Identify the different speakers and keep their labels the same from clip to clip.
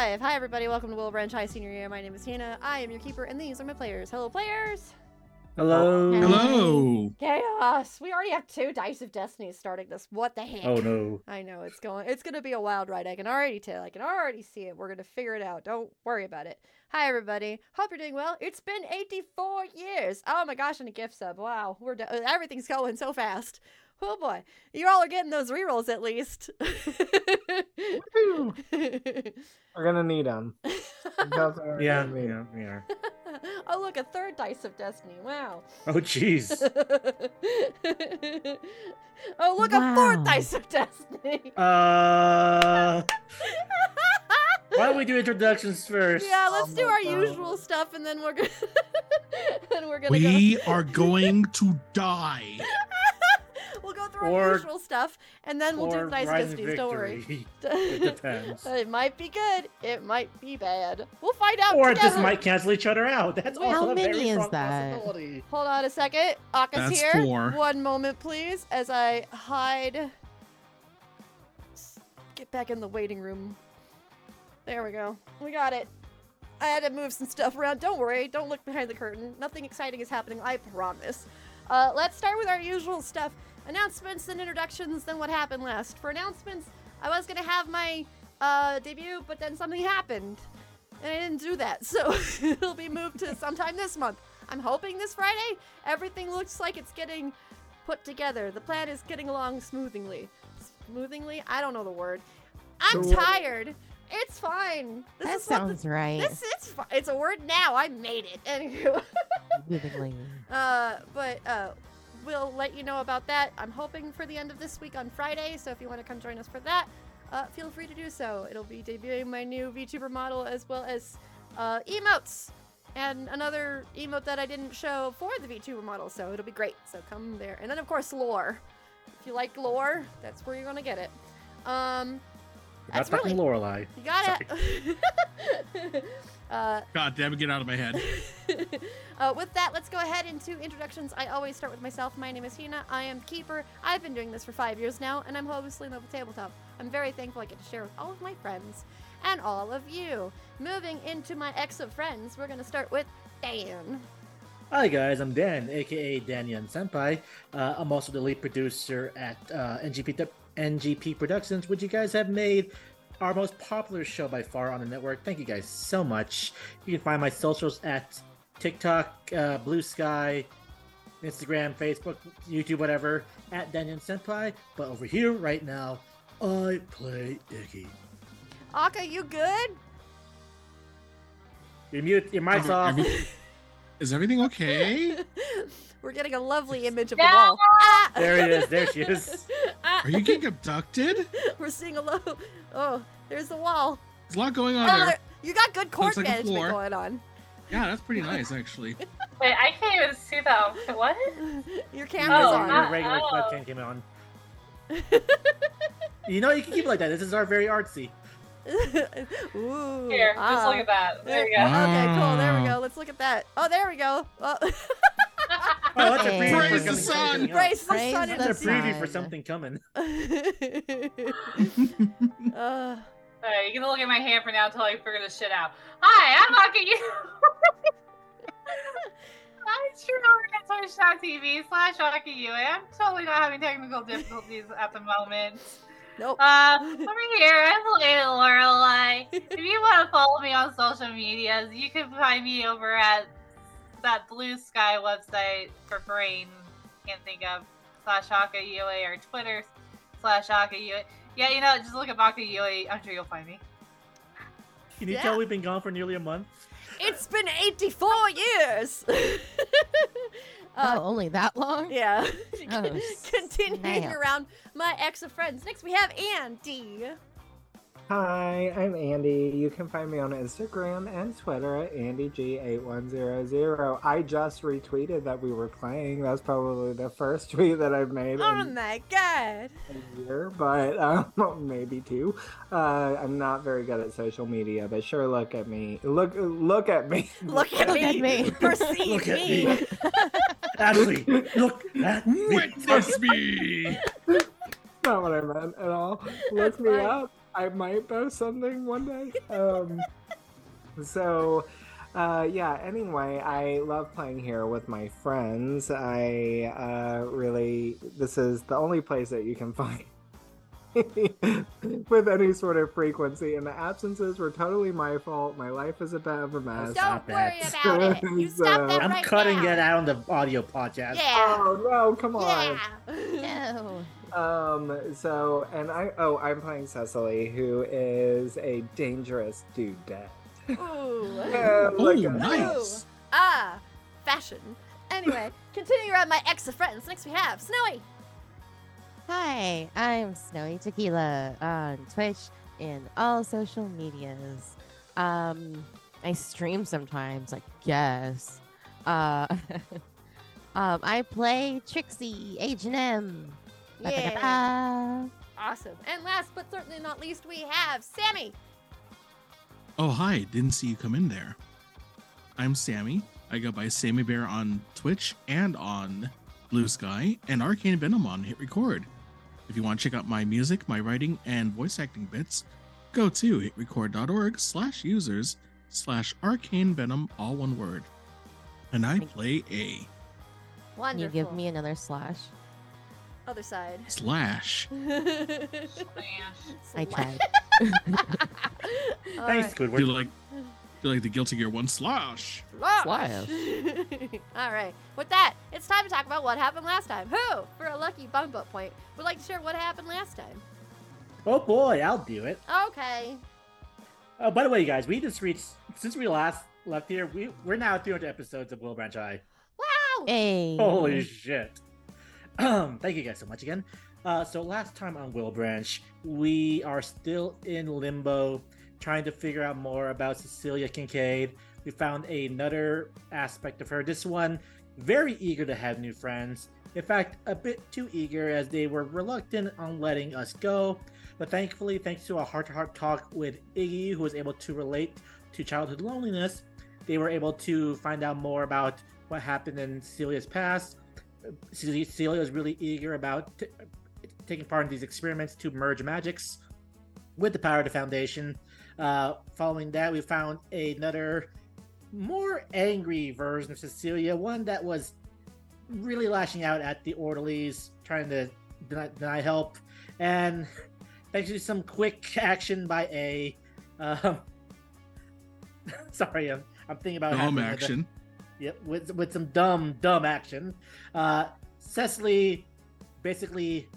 Speaker 1: welcome to Willow Branch High Senior Year. My name is Hannah. I am your keeper, and these are my players. Hello, players.
Speaker 2: Hello.
Speaker 3: Hello.
Speaker 1: Chaos. We already have two dice of destiny starting this. What the heck?
Speaker 2: Oh no.
Speaker 1: I know it's going. It's gonna be a wild ride. I can already tell. I can already see it. We're gonna figure it out. Don't worry about it. Hi everybody. Hope you're doing well. It's been 84 years. Oh my gosh, and a gift sub. Wow, we're do- everything's going so fast. Oh boy, you all are getting those rerolls at least.
Speaker 4: Woo. We're gonna need them.
Speaker 2: Yeah, yeah, yeah.
Speaker 1: oh look, a third dice of destiny. Wow.
Speaker 2: Oh jeez.
Speaker 1: oh look, a
Speaker 3: Wow.
Speaker 1: fourth dice of destiny.
Speaker 2: Uh, why don't we do introductions first?
Speaker 1: Yeah, let's do our
Speaker 4: Almost
Speaker 1: usual stuff, and then we're gonna then we're gonna
Speaker 3: We
Speaker 1: go.
Speaker 3: are going to die.
Speaker 1: we'll go through our
Speaker 2: Or-
Speaker 1: usual stuff, and then we'll
Speaker 2: Or
Speaker 1: do the nice
Speaker 2: Rise
Speaker 1: distance. Don't worry.
Speaker 2: Victory. It
Speaker 1: it
Speaker 2: depends.
Speaker 1: might be good. It might be bad. We'll find out.
Speaker 2: or it
Speaker 1: together.
Speaker 2: just might cancel each other out. That's
Speaker 1: How
Speaker 2: also a very
Speaker 3: many is
Speaker 2: strong
Speaker 3: that?
Speaker 2: possibility.
Speaker 1: Hold on a second. Aka's
Speaker 3: That's
Speaker 1: here.
Speaker 3: four.
Speaker 1: One moment, please, as I hide. S- Get back in the waiting room. There we go. We got it. I had to move some stuff around. Don't worry. Don't look behind the curtain. Nothing exciting is happening. I promise. Uh, let's start with our usual stuff announcements and introductions, then what happened last. For announcements, I was going to have my uh, debut, but then something happened. And I didn't do that. So it'll be moved to sometime this month. I'm hoping this Friday. Everything looks like it's getting put together. The plan is getting along smoothingly. Smoothingly? I don't know the word. I'm
Speaker 2: The word.
Speaker 1: tired. It's fine. This
Speaker 5: that
Speaker 1: is what the-
Speaker 5: sounds right.
Speaker 1: this is fi- it's a word now. I made it. Anywho,
Speaker 5: Movingly.
Speaker 1: uh, but uh, we'll let you know about that. I'm hoping for the end of this week on Friday. So if you want to come join us for that, uh, feel free to do so. It'll be debuting my new VTuber model as well as uh, emotes and another emote that I didn't show for the VTuber model. So it'll be great. So come there. And then of course lore. If you like lore, that's where you're gonna get it. Um,
Speaker 2: We're Not
Speaker 1: That's
Speaker 2: talking
Speaker 1: really-
Speaker 2: Lorelai.
Speaker 1: you got it. uh,
Speaker 3: God damn it, get out of my head.
Speaker 1: uh, with that, let's go ahead into introductions. I always start with myself. My name is Hina. I am Keeper. I've been doing this for five years now, and I'm obviously in the tabletop. I'm very thankful I get to share with all of my friends and all of you. Moving into my ex of friends, we're going to start with Dan.
Speaker 2: Hi guys, I'm Dan, aka Danyan Senpai. Uh, I'm also the lead producer at uh, NGP du- NGP Productions, which you guys have made our most popular show by far on the network. Thank you guys so much. You can find my socials at TikTok, uh, Blue Sky, Instagram, Facebook, YouTube, whatever, at Danyan Senpai. But over here right now, I play Iggy.
Speaker 1: Aka, you good?
Speaker 2: Your mute, your mic's
Speaker 3: Every-
Speaker 2: off.
Speaker 3: every- is everything okay?
Speaker 1: we're getting a lovely image of
Speaker 4: Yeah.
Speaker 1: the wall. Ah!
Speaker 2: There it is. There she is.
Speaker 1: Ah!
Speaker 3: Are you getting abducted?
Speaker 1: We're seeing a low. Oh, there's the wall.
Speaker 3: There's a lot going on
Speaker 1: Oh,
Speaker 3: there.
Speaker 1: there- you got good court
Speaker 3: Looks like a
Speaker 1: management
Speaker 3: floor.
Speaker 1: going on.
Speaker 3: Yeah, that's pretty nice actually.
Speaker 6: Wait, I can't even see them. What?
Speaker 1: Your
Speaker 2: Your
Speaker 1: camera's
Speaker 6: Oh,
Speaker 1: on.
Speaker 6: my-
Speaker 2: regular- your regular webcam
Speaker 6: oh.
Speaker 2: came on. you know, you can keep it like that. This is our very artsy.
Speaker 1: Ooh.
Speaker 6: Here, just
Speaker 1: ah.
Speaker 6: look at that. There you
Speaker 3: Wow.
Speaker 6: go.
Speaker 1: Okay, cool. There we
Speaker 3: Wow.
Speaker 5: Mm.
Speaker 1: go. Let's look at that. Oh, there we go. Oh,
Speaker 2: Oh, that's a preview
Speaker 3: Praise
Speaker 2: for
Speaker 3: the sun!
Speaker 2: something coming up.
Speaker 1: Praise the
Speaker 5: Praise
Speaker 1: sun in
Speaker 2: That's a
Speaker 5: sun.
Speaker 2: preview for something coming.
Speaker 1: the uh,
Speaker 6: Alright, you can look at my hand for now until I figure this shit out. Hi, I'm Maka You. I'm streaming on Twitch.tv slash Maka You. I'm totally not having technical difficulties at the moment.
Speaker 1: Nope.
Speaker 6: Uh, over here, I'm Lady Lorelei. If you want to follow me on social medias, you can find me over at that Blue Sky website for brain. Can't think of slash Aka UA or Twitter slash Aka UA. Yeah, you know, just look at Aka UA. I'm sure you'll find me.
Speaker 2: Can you
Speaker 1: Yeah.
Speaker 2: tell we've been gone for nearly a month?
Speaker 1: It's been 84 years. Uh,
Speaker 5: oh, only that long?
Speaker 1: yeah.
Speaker 5: Oh,
Speaker 1: Continuing
Speaker 5: snap.
Speaker 1: around my ex of friends. Next, we have Andy.
Speaker 4: Hi, I'm Andy. You can find me on Instagram and Twitter at AndyG8100. I just retweeted that we were playing. That's probably the first tweet that I've made
Speaker 1: Oh
Speaker 2: Um,
Speaker 4: in
Speaker 1: my god.
Speaker 4: a year, but um, maybe two. Uh, I'm not very good at social media, but sure, look at me. Look, look at me.
Speaker 1: Look at
Speaker 5: Look
Speaker 1: me.
Speaker 5: at me.
Speaker 1: Perceive
Speaker 2: Look at
Speaker 1: me.
Speaker 2: me. Ashley, look at me.
Speaker 3: Witness me!
Speaker 4: not what I meant at all. Look
Speaker 1: That's
Speaker 4: me
Speaker 1: fine.
Speaker 4: up. I might post something one day. Um, So, uh, yeah, anyway, I love playing here with my friends. I uh, really, this is the only place that you can find. with any sort of frequency, and the absences were totally my fault. My life is a bit of a mess.
Speaker 2: Stop
Speaker 1: Don't worry
Speaker 2: it.
Speaker 1: about it. You stop that
Speaker 2: I'm
Speaker 1: right
Speaker 2: cutting
Speaker 1: now.
Speaker 2: it out on the audio podcast.
Speaker 1: Yeah.
Speaker 4: Oh no! Come on.
Speaker 1: Yeah.
Speaker 5: No.
Speaker 4: Um, so, and I, oh, I'm playing Cecily, who is a dangerous dudette.
Speaker 1: Ooh.
Speaker 4: Uh,
Speaker 3: Oh,
Speaker 4: like a-
Speaker 3: nice.
Speaker 1: Ah, fashion. Anyway, continuing around my ex of friends. Next we have Snowy.
Speaker 5: Hi, I'm Snowy Tequila on Twitch and all social medias. Um, I stream sometimes, I guess. Uh, um, I play Trixie H and M.
Speaker 1: Yeah. Awesome. And last but certainly not least, we have Sammy.
Speaker 3: Oh, hi. Didn't see you come in there. I'm Sammy. I go by Sammy Bear on Twitch and on Blue Sky and Arcane Venom on Hit Record. If you want to check out my music, my writing, and voice acting bits, go to hitrecord.org slash users slash arcane venom, all one word. And I play a
Speaker 5: Can
Speaker 1: Wonderful.
Speaker 5: you give me another slash?
Speaker 1: other side.
Speaker 3: slash.
Speaker 6: Oh,
Speaker 5: I tried.
Speaker 2: Thanks,
Speaker 3: Do you
Speaker 2: Squidward.
Speaker 3: like do you like the Guilty Gear one slash?
Speaker 5: Slash.
Speaker 1: All right. With that, it's time to talk about what happened last time. Who, for a lucky bump up point, would like to share what happened last time?
Speaker 2: Oh boy, I'll do it.
Speaker 1: Okay.
Speaker 2: Oh, by the way, you guys, we just reached since we last left here. We we're now at 300 episodes of Will Branch High.
Speaker 1: Wow.
Speaker 5: Hey.
Speaker 2: Holy shit! Um, thank you guys so much again. Uh, so last time on Will Branch, we are still in limbo, trying to figure out more about Cecilia Kincaid. We found another aspect of her. This one, very eager to have new friends. In fact, a bit too eager as they were reluctant on letting us go. But thankfully, thanks to a heart-to-heart talk with Iggy, who was able to relate to childhood loneliness, they were able to find out more about what happened in Celia's past. Celia, Celia is really eager about t- taking part in these experiments to merge magics with the power of the Foundation. Uh, following that, we found another more angry version of Cecilia, one that was really lashing out at the orderlies, trying to deny, deny help. And thanks to some quick action by A. Um, sorry, I'm, I'm thinking about
Speaker 3: Dom
Speaker 2: having the-
Speaker 3: action.
Speaker 2: Yep, with with some dumb, dumb action. Uh, Cecily basically,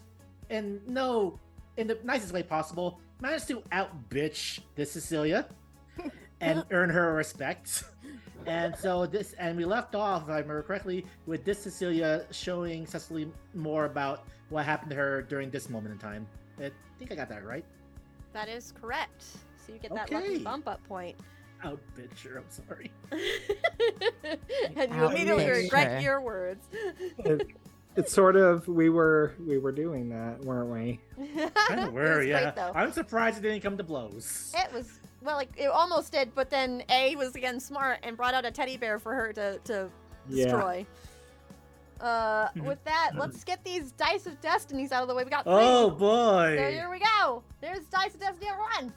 Speaker 2: in no, in the nicest way possible, managed to out bitch this Cecilia and earn her respect. And so this, and we left off, if I remember correctly, with this Cecilia showing Cecily more about what happened to her during this moment in time. I think I got that right.
Speaker 1: That is correct. So you get that lucky
Speaker 2: Okay.
Speaker 1: bump up point.
Speaker 2: Out bitch her. I'm sorry.
Speaker 1: and you
Speaker 5: Out
Speaker 1: immediately
Speaker 4: bitch
Speaker 5: her.
Speaker 1: regret your words.
Speaker 4: It, it's sort of we were we were doing that, weren't we?
Speaker 2: Kind
Speaker 1: it
Speaker 2: of were,
Speaker 1: was
Speaker 2: yeah.
Speaker 1: Great, though.
Speaker 2: I'm surprised it didn't come to blows.
Speaker 1: It was well, like it almost did, but then A was again smart and brought out a teddy bear for her to to destroy. Uh,
Speaker 2: Mhm.
Speaker 1: with that, let's get these dice of destinies out of the way. We got three.
Speaker 2: Oh boy!
Speaker 1: So here we go. There's dice of destiny at one.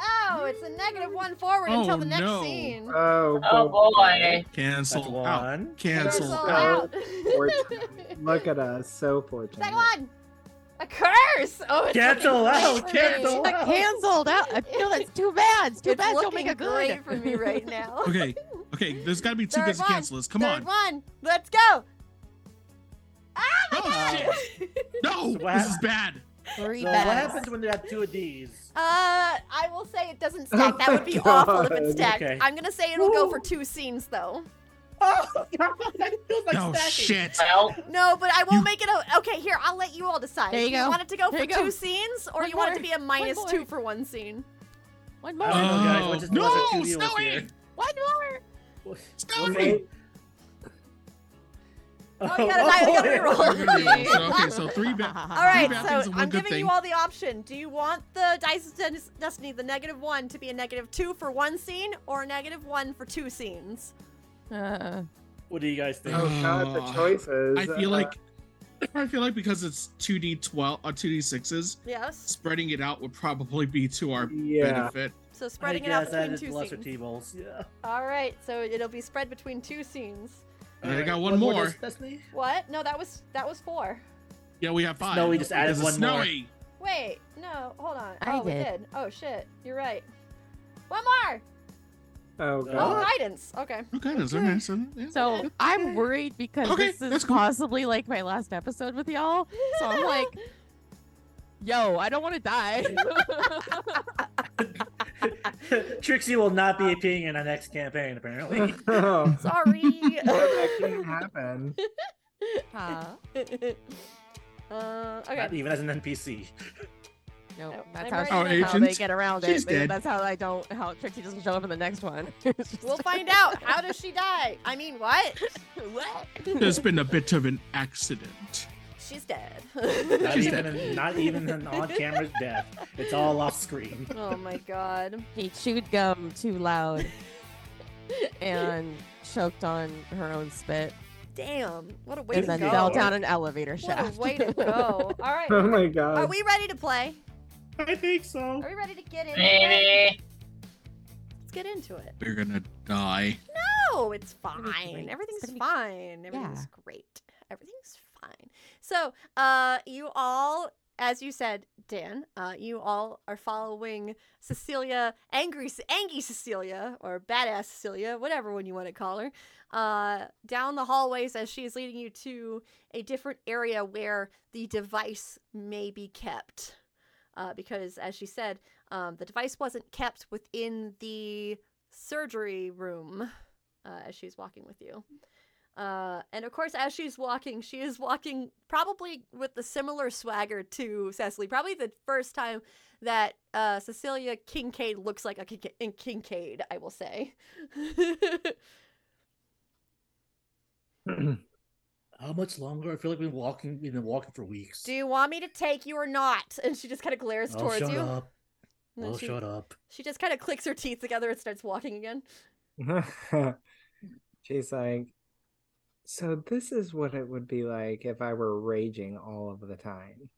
Speaker 1: Oh, it's a negative one forward
Speaker 3: Oh,
Speaker 1: until the next
Speaker 3: no.
Speaker 1: scene.
Speaker 4: Oh,
Speaker 6: Oh boy.
Speaker 2: That's
Speaker 3: Cancel out.
Speaker 2: one.
Speaker 1: There's
Speaker 3: Cancel
Speaker 1: all
Speaker 4: out.
Speaker 3: out.
Speaker 4: fortunate. Look at us, so fortunate.
Speaker 1: Second one. A curse. Oh, it's
Speaker 2: Cancel
Speaker 1: looking great for
Speaker 2: out,
Speaker 1: me.
Speaker 2: cancel
Speaker 5: I
Speaker 2: out.
Speaker 5: canceled out. I feel that's too bad. It's too
Speaker 1: It's
Speaker 5: bad. Don't
Speaker 1: looking
Speaker 5: make a
Speaker 1: great
Speaker 5: good.
Speaker 1: for me right now.
Speaker 3: Okay. Okay, there's gotta be two
Speaker 1: Third
Speaker 3: good
Speaker 1: one.
Speaker 3: cancelers. Come
Speaker 1: Third
Speaker 3: on.
Speaker 1: one. Let's go.
Speaker 3: Oh shit. No,
Speaker 2: So what
Speaker 3: this is bad.
Speaker 5: Three
Speaker 2: So what
Speaker 5: bads.
Speaker 2: happens when you have two of these?
Speaker 1: Uh, I will say it doesn't stack. That would be
Speaker 4: Oh my
Speaker 1: awful if it
Speaker 4: God.
Speaker 1: stacked.
Speaker 2: Okay.
Speaker 1: I'm gonna say it'll go for
Speaker 2: Woo.
Speaker 1: two scenes though.
Speaker 2: Oh, God, that feels like
Speaker 3: no
Speaker 2: stacking.
Speaker 3: shit.
Speaker 6: Well,
Speaker 1: No, but I won't
Speaker 3: You-
Speaker 1: make it a. Okay, here I'll let you all decide.
Speaker 5: There you
Speaker 1: You
Speaker 5: go.
Speaker 1: want it to go
Speaker 5: There
Speaker 1: for
Speaker 5: you go.
Speaker 1: two scenes, or
Speaker 5: One
Speaker 1: you want it to
Speaker 5: more.
Speaker 1: be a minus
Speaker 5: One
Speaker 1: two
Speaker 5: more.
Speaker 1: for one scene?
Speaker 5: One
Speaker 2: I
Speaker 5: more.
Speaker 2: don't know, guys. We'll
Speaker 3: Oh,
Speaker 2: just know there's
Speaker 3: no,
Speaker 2: two deals
Speaker 3: Snowy!
Speaker 2: here.
Speaker 5: One more.
Speaker 2: We'll-
Speaker 3: Snowy!
Speaker 2: we'll see.
Speaker 1: Oh, you gotta die, you gotta
Speaker 2: boy.
Speaker 1: reroll.
Speaker 3: We're gonna reroll. So, okay, so three ba-
Speaker 5: Uh-huh.
Speaker 1: All right,
Speaker 3: bad things
Speaker 1: so
Speaker 3: and one
Speaker 1: I'm
Speaker 3: good
Speaker 1: giving you
Speaker 3: thing.
Speaker 1: all the option. Do you want the dice of Des- destiny, the negative one, to be a negative two for one scene, or a negative one for two scenes?
Speaker 5: Uh,
Speaker 2: What do you guys think?
Speaker 4: Oh god, the
Speaker 3: Oh,
Speaker 4: choices.
Speaker 3: I feel
Speaker 4: Uh,
Speaker 3: like I feel like because it's 2D 12 or 2D uh, sixes,
Speaker 1: Yes.
Speaker 3: spreading it out would probably be to our
Speaker 4: Yeah.
Speaker 3: benefit.
Speaker 1: So
Speaker 2: I
Speaker 1: spreading it
Speaker 2: guess
Speaker 1: out
Speaker 2: that
Speaker 1: between
Speaker 2: is
Speaker 1: two
Speaker 2: lesser
Speaker 1: scenes.
Speaker 2: tables. Yeah.
Speaker 1: All right, so it'll be spread between two scenes.
Speaker 3: I
Speaker 2: Alright,
Speaker 3: got one more.
Speaker 2: Des- Destiny?
Speaker 1: What? No, that was that was four.
Speaker 3: Yeah, we have five.
Speaker 2: Snowy just added
Speaker 3: Because it's
Speaker 2: one more.
Speaker 3: Snowy.
Speaker 1: Wait, no, hold on.
Speaker 5: I
Speaker 1: oh, we
Speaker 5: did.
Speaker 1: did. Oh shit, you're right. One more.
Speaker 4: Oh
Speaker 1: Oh,
Speaker 4: god.
Speaker 1: guidance. Okay.
Speaker 3: Okay, that's all right. So, yeah.
Speaker 5: So I'm worried because
Speaker 3: Okay,
Speaker 5: this is
Speaker 3: that's cool.
Speaker 5: possibly like my last episode with y'all. So I'm like, yo, I don't want to die.
Speaker 2: Trixie will not
Speaker 1: Uh,
Speaker 2: be appearing in our next campaign, apparently.
Speaker 4: Oh.
Speaker 1: Sorry.
Speaker 4: that can't happen.
Speaker 5: huh?
Speaker 1: uh,
Speaker 2: Not
Speaker 1: okay.
Speaker 2: even as an NPC.
Speaker 5: Nope,
Speaker 1: Nope,
Speaker 5: that's
Speaker 1: I'm
Speaker 5: how,
Speaker 1: ready Oh,
Speaker 5: she- that's how they
Speaker 3: agent,
Speaker 5: get around
Speaker 3: she's
Speaker 5: it. Maybe
Speaker 3: dead.
Speaker 5: That's how I don't. How Trixie doesn't show up in the next one. It's just-
Speaker 1: We'll find out. How does she die? I mean, what?
Speaker 5: What?
Speaker 3: there's been a bit of an accident.
Speaker 1: She's dead.
Speaker 2: Not
Speaker 3: She's
Speaker 2: even, an, not even an on-camera death. It's all off screen.
Speaker 1: oh my god.
Speaker 5: He chewed gum too loud and choked on her own spit,
Speaker 1: Damn. What a way
Speaker 5: and
Speaker 1: to
Speaker 5: then
Speaker 1: go.
Speaker 5: fell down an elevator
Speaker 1: what
Speaker 5: shaft.
Speaker 1: a way to go. All right.
Speaker 4: Oh my
Speaker 1: Are
Speaker 4: god.
Speaker 1: we ready to play?
Speaker 2: I think so.
Speaker 1: Are we ready to get into it?
Speaker 6: Maybe.
Speaker 1: Let's get into it.
Speaker 3: We're gonna die.
Speaker 1: No, it's
Speaker 5: gonna be
Speaker 1: fine.
Speaker 5: great.
Speaker 1: Everything's
Speaker 5: It's gonna be-
Speaker 1: fine. Everything's great. Everything's fine. So, uh, you all, as you said, Dan, uh, you all are following Cecilia, angry, Ce- Angie Cecilia, or badass Cecilia, whatever one you want to call her, uh, down the hallways as she is leading you to a different area where the device may be kept. Uh, because, as she said, um, the device wasn't kept within the surgery room uh, as she's walking with you. Uh, and of course, as she's walking, she is walking probably with the similar swagger to Cecily. Probably the first time that uh, Cecilia Kincaid looks like a Kinca- in Kincaid, I will say.
Speaker 2: How much longer? I feel like we've been walking. We've been walking for weeks.
Speaker 1: Do you want me to take you or not? And she just kind of glares
Speaker 2: oh,
Speaker 1: towards
Speaker 2: shut
Speaker 1: you.
Speaker 2: up!
Speaker 1: And then
Speaker 2: oh,
Speaker 1: she,
Speaker 2: shut up!
Speaker 1: she just kind of clicks her teeth together and starts walking again.
Speaker 4: She's like, so this is what it would be like if I were raging all of the time.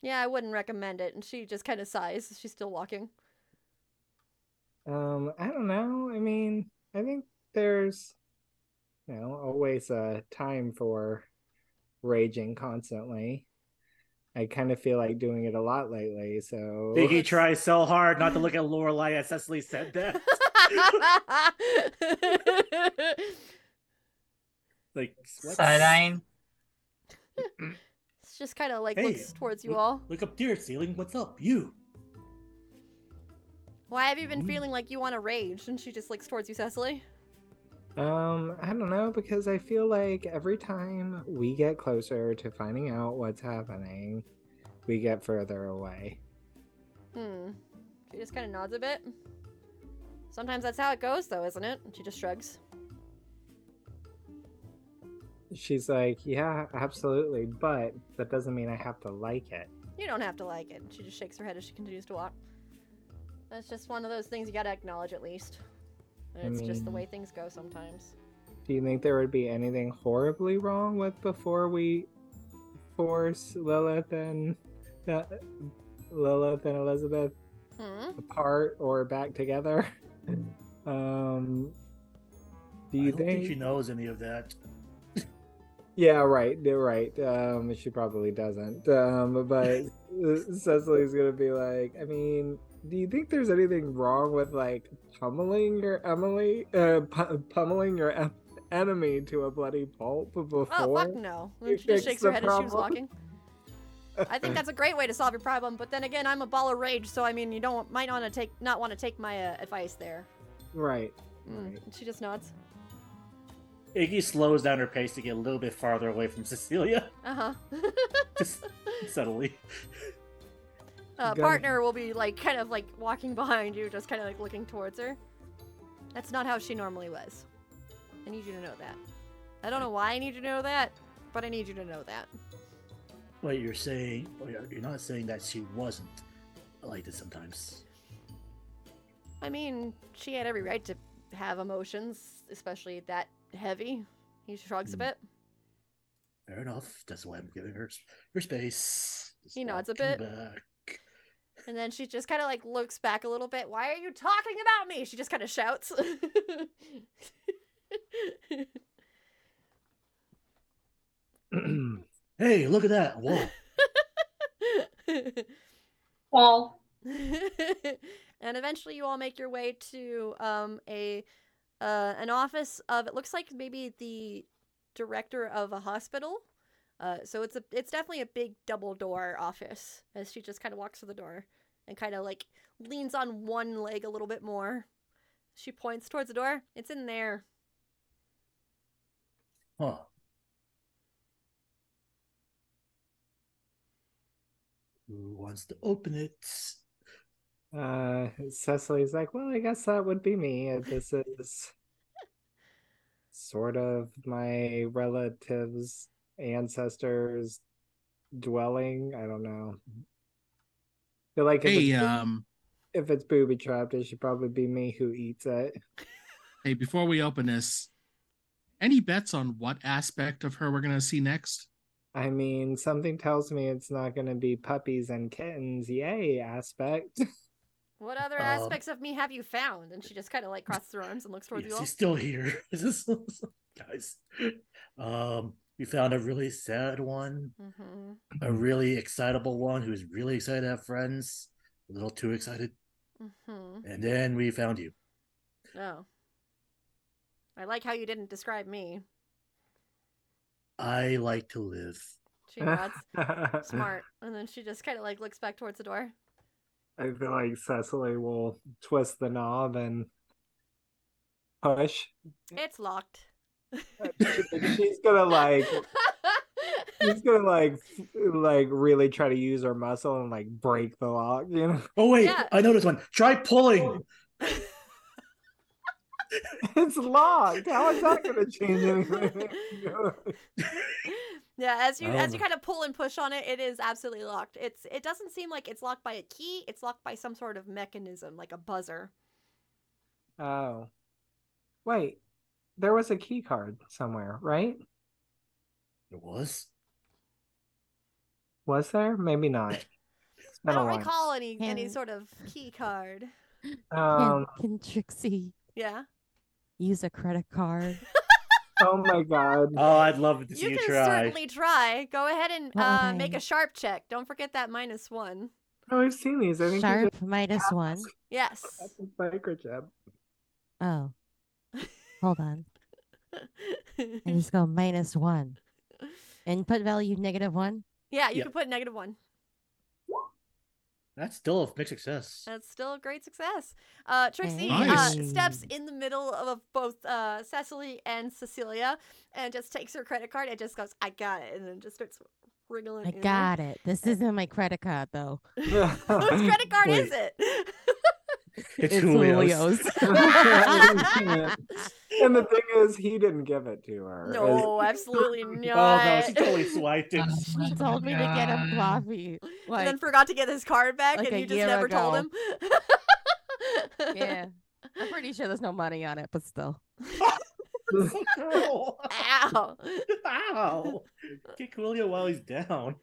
Speaker 1: Yeah, I wouldn't recommend it. And she just kind of sighs. She's still walking.
Speaker 4: Um, I don't know. I mean, I think there's, you know, always a time for raging constantly. I kind of feel like doing it a lot lately, so
Speaker 2: Biggie E tries so hard not to look at Lorelai as Cecily said that. Like what?
Speaker 6: Side eyeing.
Speaker 1: It's just kind of like
Speaker 2: Hey,
Speaker 1: looks towards you
Speaker 2: look-
Speaker 1: all.
Speaker 2: Look up there, ceiling. What's up, you?
Speaker 1: Why have you been
Speaker 4: Mm-hmm.
Speaker 2: Mm.
Speaker 1: feeling like you want to rage? And she just looks towards you, Cecily.
Speaker 4: Um, I don't know because I feel like every time we get closer to finding out what's happening, we get further away.
Speaker 1: Hmm. She just kind of nods a bit. Sometimes that's how it goes, though, isn't it? And she just shrugs.
Speaker 4: She's like, "Yeah, absolutely, but that doesn't mean I have to like it."
Speaker 1: You don't have to like it. And she just shakes her head as she continues to walk. That's just one of those things you gotta acknowledge at least.
Speaker 4: I
Speaker 1: And it's just the
Speaker 4: mean-
Speaker 1: way things go sometimes.
Speaker 4: Do you think there would be anything horribly wrong with before we force Lilith and uh, Lilith and Elizabeth
Speaker 1: Hmm.
Speaker 4: apart or back together? Um, do you
Speaker 2: I don't think...
Speaker 4: think
Speaker 2: she knows any of that?
Speaker 4: Yeah, right. They're right. Um, she probably doesn't. Um, but Cecily's gonna be like, I mean, do you think there's anything wrong with like pummeling your Emily, uh, pu- pummeling your em- enemy to a bloody pulp before?
Speaker 1: Oh, fuck no.
Speaker 4: You
Speaker 1: And she just shakes
Speaker 4: fix
Speaker 1: her
Speaker 4: the
Speaker 1: head as she was walking.
Speaker 4: problem.
Speaker 1: I think that's a great way to solve your problem, but then again, I'm a ball of rage, so I mean, you don't might want to take not want to take my uh, advice there.
Speaker 4: Right.
Speaker 1: Mm.
Speaker 4: Right.
Speaker 1: and She just nods.
Speaker 2: Iggy slows down her pace to get a little bit farther away from Cecilia,
Speaker 1: Uh-huh.
Speaker 2: just subtly.
Speaker 1: uh,
Speaker 4: Gun-
Speaker 1: partner will be like kind of like walking behind you, just kind of like looking towards her. That's not how she normally was. I need you to know that. I don't know why I need you to know that, but I need you to know that.
Speaker 2: Wait, you're saying wait, you're not saying that she wasn't like this sometimes.
Speaker 1: I mean, she had every right to have emotions, especially that heavy. He shrugs a
Speaker 2: Mm.
Speaker 1: bit.
Speaker 2: Fair enough. That's why I'm giving her s- her space. Just
Speaker 1: He nods a bit.
Speaker 2: walking back.
Speaker 1: And then she just kind of like looks back a little bit. Why are you talking about me? She just kind of shouts.
Speaker 2: Hey, look at that! Whoa,
Speaker 6: Well,
Speaker 1: and eventually you all make your way to um a uh an office of it looks like maybe the director of a hospital. Uh so it's a it's definitely a big double door office as she just kind of walks to the door and kind of like leans on one leg a little bit more. She points towards the door. It's in there.
Speaker 2: huh? Who wants to open it?
Speaker 4: Uh, Cecily's like, well, I guess that would be me. Uh, This is sort of my relatives' ancestors' dwelling. I don't know. Feel like if,
Speaker 3: Hey,
Speaker 4: it's,
Speaker 3: um,
Speaker 4: if it's booby trapped, it should probably be me who eats it.
Speaker 3: hey, before we open this, any bets on what aspect of her we're gonna see next?
Speaker 4: I mean, something tells me it's not going to be puppies and kittens. Yay, aspect.
Speaker 1: What other
Speaker 2: Um,
Speaker 1: aspects of me have you found? And she just kind of like crosses her arms and looks towards
Speaker 2: Yes,
Speaker 1: you all.
Speaker 2: he's still here. This is guys. Um, we found a really sad one,
Speaker 1: Mm-hmm.
Speaker 2: a really excitable one who's really excited to have friends, a little too excited,
Speaker 1: Mm-hmm.
Speaker 2: and then we found you.
Speaker 1: Oh. I like how you didn't describe me.
Speaker 2: I like to live.
Speaker 1: She nods. Smart. And then she just kind of like looks back towards the door.
Speaker 4: I feel like Cecily will twist the knob and push.
Speaker 1: It's locked.
Speaker 4: she's gonna like she's gonna like f- like really try to use her muscle and like break the lock, you know.
Speaker 2: Oh wait,
Speaker 1: Yeah.
Speaker 2: I know this one. Try pulling.
Speaker 4: It's locked. How is that gonna change anything?
Speaker 1: yeah, as you
Speaker 2: I
Speaker 1: as you
Speaker 2: don't know.
Speaker 1: kind of pull and push on it, it is absolutely locked. It's it doesn't seem like it's locked by a key. It's locked by some sort of mechanism, like a buzzer.
Speaker 4: oh. Wait. There was a key card somewhere, right?
Speaker 2: It was.
Speaker 4: Was there? Maybe not. It's been
Speaker 1: I
Speaker 4: a
Speaker 1: don't
Speaker 4: while.
Speaker 1: recall any any
Speaker 5: Can-
Speaker 1: sort of key card.
Speaker 4: Um
Speaker 5: can, can Trixie
Speaker 1: Yeah,
Speaker 5: use a credit card?
Speaker 4: oh my god.
Speaker 2: Oh, I'd love to see
Speaker 1: you
Speaker 2: you,
Speaker 1: can
Speaker 2: try.
Speaker 1: certainly try. Go ahead and uh, make a
Speaker 5: Alright.
Speaker 1: sharp check. Don't forget that minus one.
Speaker 4: Oh, I've seen these. I think these are
Speaker 5: Sharp minus one.
Speaker 1: Yes.
Speaker 4: microchip.
Speaker 5: Oh, hold on. I just go minus one. Input value negative one.
Speaker 1: yeah, you
Speaker 2: Yep.
Speaker 1: can put negative one.
Speaker 2: That's still a big success.
Speaker 1: That's still a great success. Uh, Trixie uh,
Speaker 3: Nice.
Speaker 1: steps in the middle of both uh, Cecily and Cecilia and just takes her credit card and just goes, I got it. And then just starts wriggling.
Speaker 5: I
Speaker 1: in there.
Speaker 5: got it. This isn't my credit card though.
Speaker 1: Whose credit card is
Speaker 2: Wait.
Speaker 1: it?
Speaker 2: It's, Julio's.
Speaker 4: and the thing is, he didn't give it to her.
Speaker 1: no, absolutely
Speaker 2: Oh
Speaker 1: not.
Speaker 2: no, she totally swiped it.
Speaker 5: she told me to get
Speaker 2: Oh
Speaker 5: him coffee.
Speaker 1: and then
Speaker 5: Like,
Speaker 1: forgot to get his card back
Speaker 5: like
Speaker 1: and
Speaker 5: a
Speaker 1: you just
Speaker 5: year
Speaker 1: never told him.
Speaker 5: ago. yeah. I'm pretty sure there's no money on it, but still.
Speaker 4: It's-
Speaker 2: Ow.
Speaker 1: Ow.
Speaker 2: Ow. Kick Julio while he's down.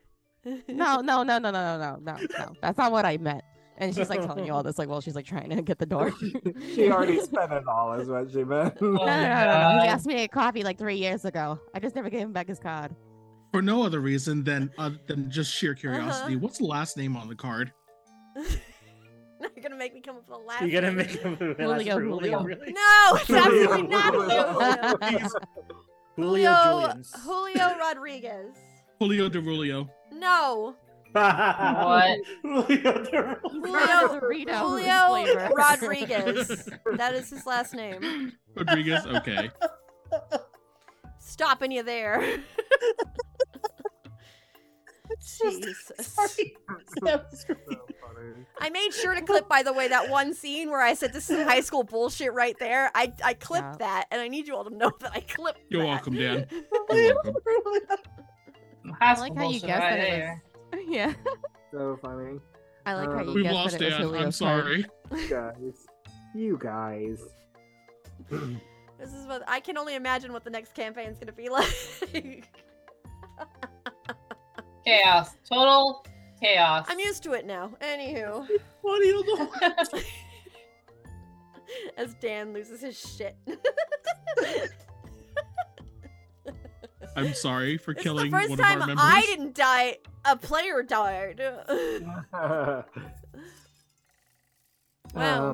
Speaker 5: No, no, no, no, no, no, no, no. That's not what I meant. And she's like telling you all this, like, well, she's like trying to get the door.
Speaker 4: she already spent it all, is what she meant.
Speaker 2: Oh,
Speaker 5: No, no, no, no, no. He asked me to get coffee like three years ago. I just never gave him back his card.
Speaker 3: For no other reason than uh, than just
Speaker 1: Uh-huh.
Speaker 3: sheer curiosity. What's the last name on the card?
Speaker 1: Now You're gonna make me come up with a last.
Speaker 2: You're gonna
Speaker 1: name.
Speaker 2: make him a
Speaker 5: Julio, Julio.
Speaker 2: Really?
Speaker 1: No, it's absolutely
Speaker 2: Julio,
Speaker 1: not Julio.
Speaker 2: Please.
Speaker 5: Julio.
Speaker 2: Julio
Speaker 1: Julio,
Speaker 2: Julians.
Speaker 1: Julio Rodriguez.
Speaker 3: Julio Derulio.
Speaker 1: No,
Speaker 6: what?
Speaker 2: Julio Derulio.
Speaker 1: Julio,
Speaker 5: Dorito
Speaker 1: Julio
Speaker 5: flavor.
Speaker 1: Rodriguez. That is his last name.
Speaker 3: Rodriguez. Okay.
Speaker 1: Stopping you there. Jesus.
Speaker 2: Sorry. That was really-
Speaker 4: So funny.
Speaker 1: I made sure to clip, by the way, that one scene where I said this is high school bullshit right there. I, I clipped
Speaker 5: Yeah.
Speaker 1: that, and I need you all to know that I clipped
Speaker 3: You're
Speaker 1: that.
Speaker 3: welcome, Dan.
Speaker 2: Julio
Speaker 3: You're welcome.
Speaker 2: Derulio.
Speaker 5: I
Speaker 6: that's
Speaker 5: like how you
Speaker 6: bullshit
Speaker 5: guessed
Speaker 6: right
Speaker 5: that it
Speaker 6: there.
Speaker 5: was. Yeah.
Speaker 4: So funny.
Speaker 5: I like how
Speaker 4: Um,
Speaker 5: you
Speaker 3: We've
Speaker 5: guessed
Speaker 3: lost
Speaker 5: that it was
Speaker 3: Dan. I'm
Speaker 5: Julio's card.
Speaker 3: sorry.
Speaker 4: Guys. You guys.
Speaker 1: This is what I can only imagine what the next campaign's gonna be like.
Speaker 6: Chaos. Total chaos.
Speaker 1: I'm used to it now. Anywho,
Speaker 2: What do you know?
Speaker 1: as Dan loses his shit.
Speaker 3: I'm sorry for
Speaker 1: It's
Speaker 3: killing
Speaker 1: the first
Speaker 3: one
Speaker 1: time
Speaker 3: of our members.
Speaker 1: I didn't die. A player died. Wow.
Speaker 4: Uh,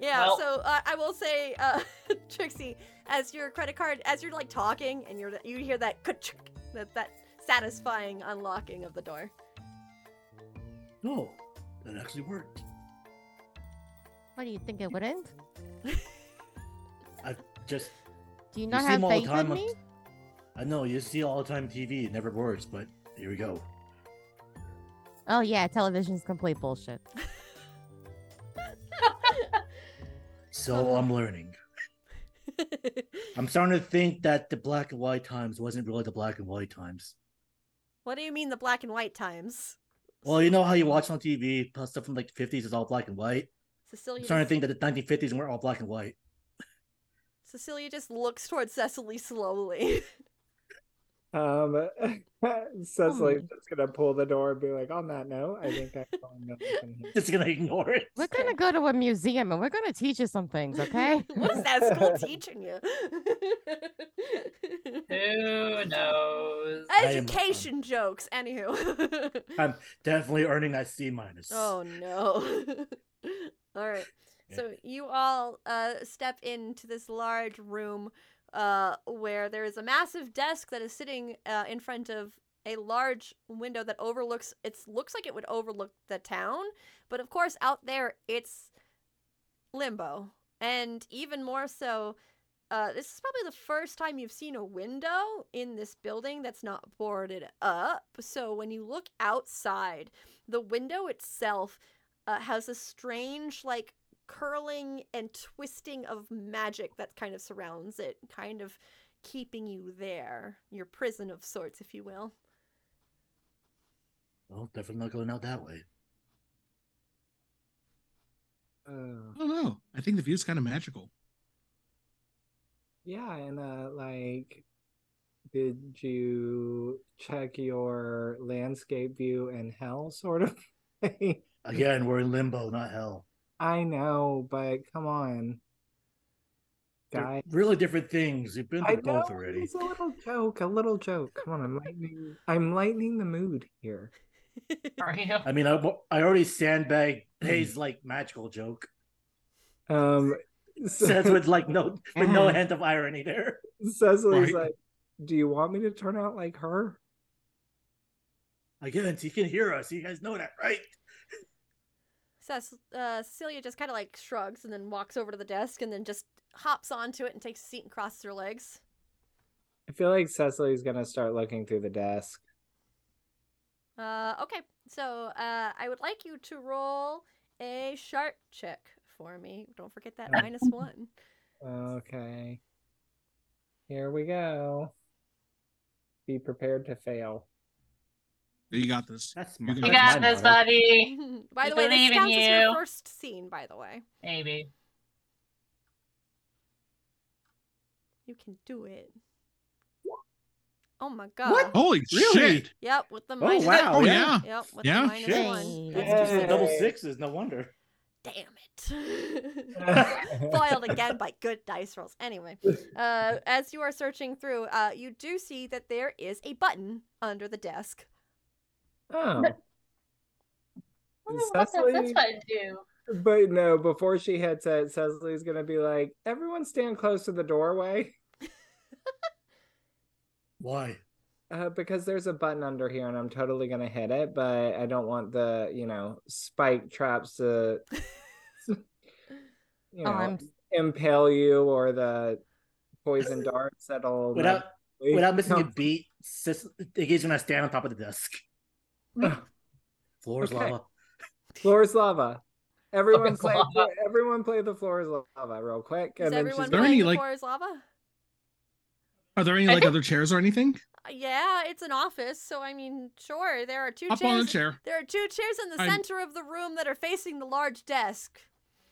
Speaker 1: Yeah,
Speaker 6: Well-
Speaker 1: so uh, I will say, uh, Trixie, as your credit card, as you're like talking and you're you hear that ka-chunk, that that satisfying unlocking of the door.
Speaker 2: No, that actually worked.
Speaker 5: What do you think it wouldn't?
Speaker 2: Just
Speaker 5: Do you
Speaker 2: you
Speaker 5: not
Speaker 2: see
Speaker 5: have
Speaker 2: them all the
Speaker 5: faith in
Speaker 2: time. on-
Speaker 5: me?
Speaker 2: I know you see all the time TV. It never works, but here we go.
Speaker 5: Oh yeah, television's complete bullshit. Uh-huh.
Speaker 2: So I'm learning. I'm starting to think that the black and white times wasn't really the black and white times.
Speaker 1: what do you mean the black and white times?
Speaker 2: Well, you know how you watch on TV, plus stuff from like the 50s is all black and white. I'm
Speaker 1: Cecilia
Speaker 2: starting
Speaker 1: just,
Speaker 2: to think that the 1950s weren't all black and white.
Speaker 1: Cecilia just looks towards Cecily slowly.
Speaker 4: um, Cecily's
Speaker 5: Hmm.
Speaker 4: just gonna pull the door and be like, "On that note, I think I'm going up in here."
Speaker 2: Just gonna ignore it.
Speaker 5: We're gonna go to a museum and we're gonna teach you some things, okay?
Speaker 1: what is that school teaching you?
Speaker 6: Who knows?
Speaker 2: I am-
Speaker 1: Education jokes, anywho.
Speaker 2: I'm definitely earning that C minus.
Speaker 1: Oh no. all right.
Speaker 2: Yeah.
Speaker 1: So you all uh, step into this large room uh, where there is a massive desk that is sitting uh, in front of a large window that overlooks. It looks like it would overlook the town, but of course, out there it's limbo, and even more so. Uh, this is probably the first time you've seen a window in this building that's not boarded up. So when you look outside, the window itself uh, has a strange, like, curling and twisting of magic that kind of surrounds it, kind of keeping you there, your prison of sorts, if you will.
Speaker 2: Well, definitely not going out that way.
Speaker 4: Uh,
Speaker 3: I don't know. I think the view's kind of magical.
Speaker 4: yeah, and uh, like, did you check your landscape view in hell, sort of thing?
Speaker 2: Again, we're in limbo, not hell.
Speaker 4: I know, but come on,
Speaker 2: They're
Speaker 4: guys.
Speaker 2: really different things. You've been
Speaker 4: I
Speaker 2: through both
Speaker 4: know,
Speaker 2: already.
Speaker 4: It's a little joke, a little joke. Come on, I'm lightening. I'm lightening the mood here.
Speaker 6: Are you?
Speaker 2: I mean, I, I already sandbagged
Speaker 4: Mm.
Speaker 2: Hayes like magical joke.
Speaker 4: Um, so-
Speaker 2: Says with like no with no
Speaker 5: Uh-huh.
Speaker 4: Mm-hmm.
Speaker 2: hint of irony there.
Speaker 4: Cecily's
Speaker 3: Right.
Speaker 4: like, "Do you want me to turn out like her?"
Speaker 2: Again, he can hear us. You guys know that, right?
Speaker 1: Cec- uh, Cecilia just kind of like shrugs and then walks over to the desk and then just hops onto it and takes a seat and crosses her legs.
Speaker 4: I feel like Cecily's gonna start looking through the desk.
Speaker 1: Uh, okay, so uh, I would like you to roll a sharp check for me. Don't forget that
Speaker 4: Oh.
Speaker 1: minus one.
Speaker 4: Okay, here we go. Be prepared to fail.
Speaker 3: You got this.
Speaker 2: That's
Speaker 3: You
Speaker 6: You
Speaker 3: Like
Speaker 6: got this, buddy.
Speaker 1: by
Speaker 6: We
Speaker 1: the way,
Speaker 6: believe
Speaker 1: this
Speaker 6: in
Speaker 1: counts as your
Speaker 6: you.
Speaker 1: first scene. By the way,
Speaker 6: Maybe.
Speaker 1: you can do it. Oh my god!
Speaker 3: Holy
Speaker 2: Really?
Speaker 3: shit!
Speaker 1: Yep, with the
Speaker 2: Oh,
Speaker 1: minus
Speaker 2: wow.
Speaker 3: Oh
Speaker 1: one.
Speaker 3: yeah.
Speaker 1: Yep, with
Speaker 3: Yeah.
Speaker 1: the minus
Speaker 5: Shit.
Speaker 1: one.
Speaker 5: Yay.
Speaker 1: That's
Speaker 2: Just the double
Speaker 4: Yay.
Speaker 2: sixes. No wonder.
Speaker 1: Damn it. Foiled again by good dice rolls. Anyway, uh, as you are searching through, uh, you do see that there is a button under the desk.
Speaker 4: Oh,
Speaker 6: Wonder What does this
Speaker 4: Cecily-
Speaker 6: button do?
Speaker 4: but no. Before she hits it, Cecily's gonna be like, "Everyone, stand close to the doorway."
Speaker 2: Why?
Speaker 4: Uh, because there's a button under here and I'm totally gonna hit it, but I don't want the, you know, spike traps to, you know,
Speaker 5: Oh, I'm
Speaker 4: impale you or the poison darts that'll.
Speaker 2: Without
Speaker 4: magically-
Speaker 2: without missing a beat, sis, it gives you gonna stand on top of the desk. Floor's
Speaker 4: Okay.
Speaker 2: lava.
Speaker 4: Floor is lava. Everyone
Speaker 6: is
Speaker 4: play.
Speaker 6: lava.
Speaker 4: Everyone play the floor is lava real quick,
Speaker 1: Is
Speaker 4: and then she's
Speaker 1: everyone
Speaker 3: There
Speaker 4: gonna-
Speaker 1: playing
Speaker 3: any,
Speaker 1: the
Speaker 3: like-
Speaker 1: floor is lava? Uh,
Speaker 3: Are there any
Speaker 6: I
Speaker 3: like
Speaker 6: think-
Speaker 3: other chairs or anything?
Speaker 1: yeah, it's an office, so I mean, sure, there are two
Speaker 3: Hop on a
Speaker 1: chairs.
Speaker 3: chair.
Speaker 1: There are two chairs in the
Speaker 3: I'm-
Speaker 1: center of the room that are facing the large desk.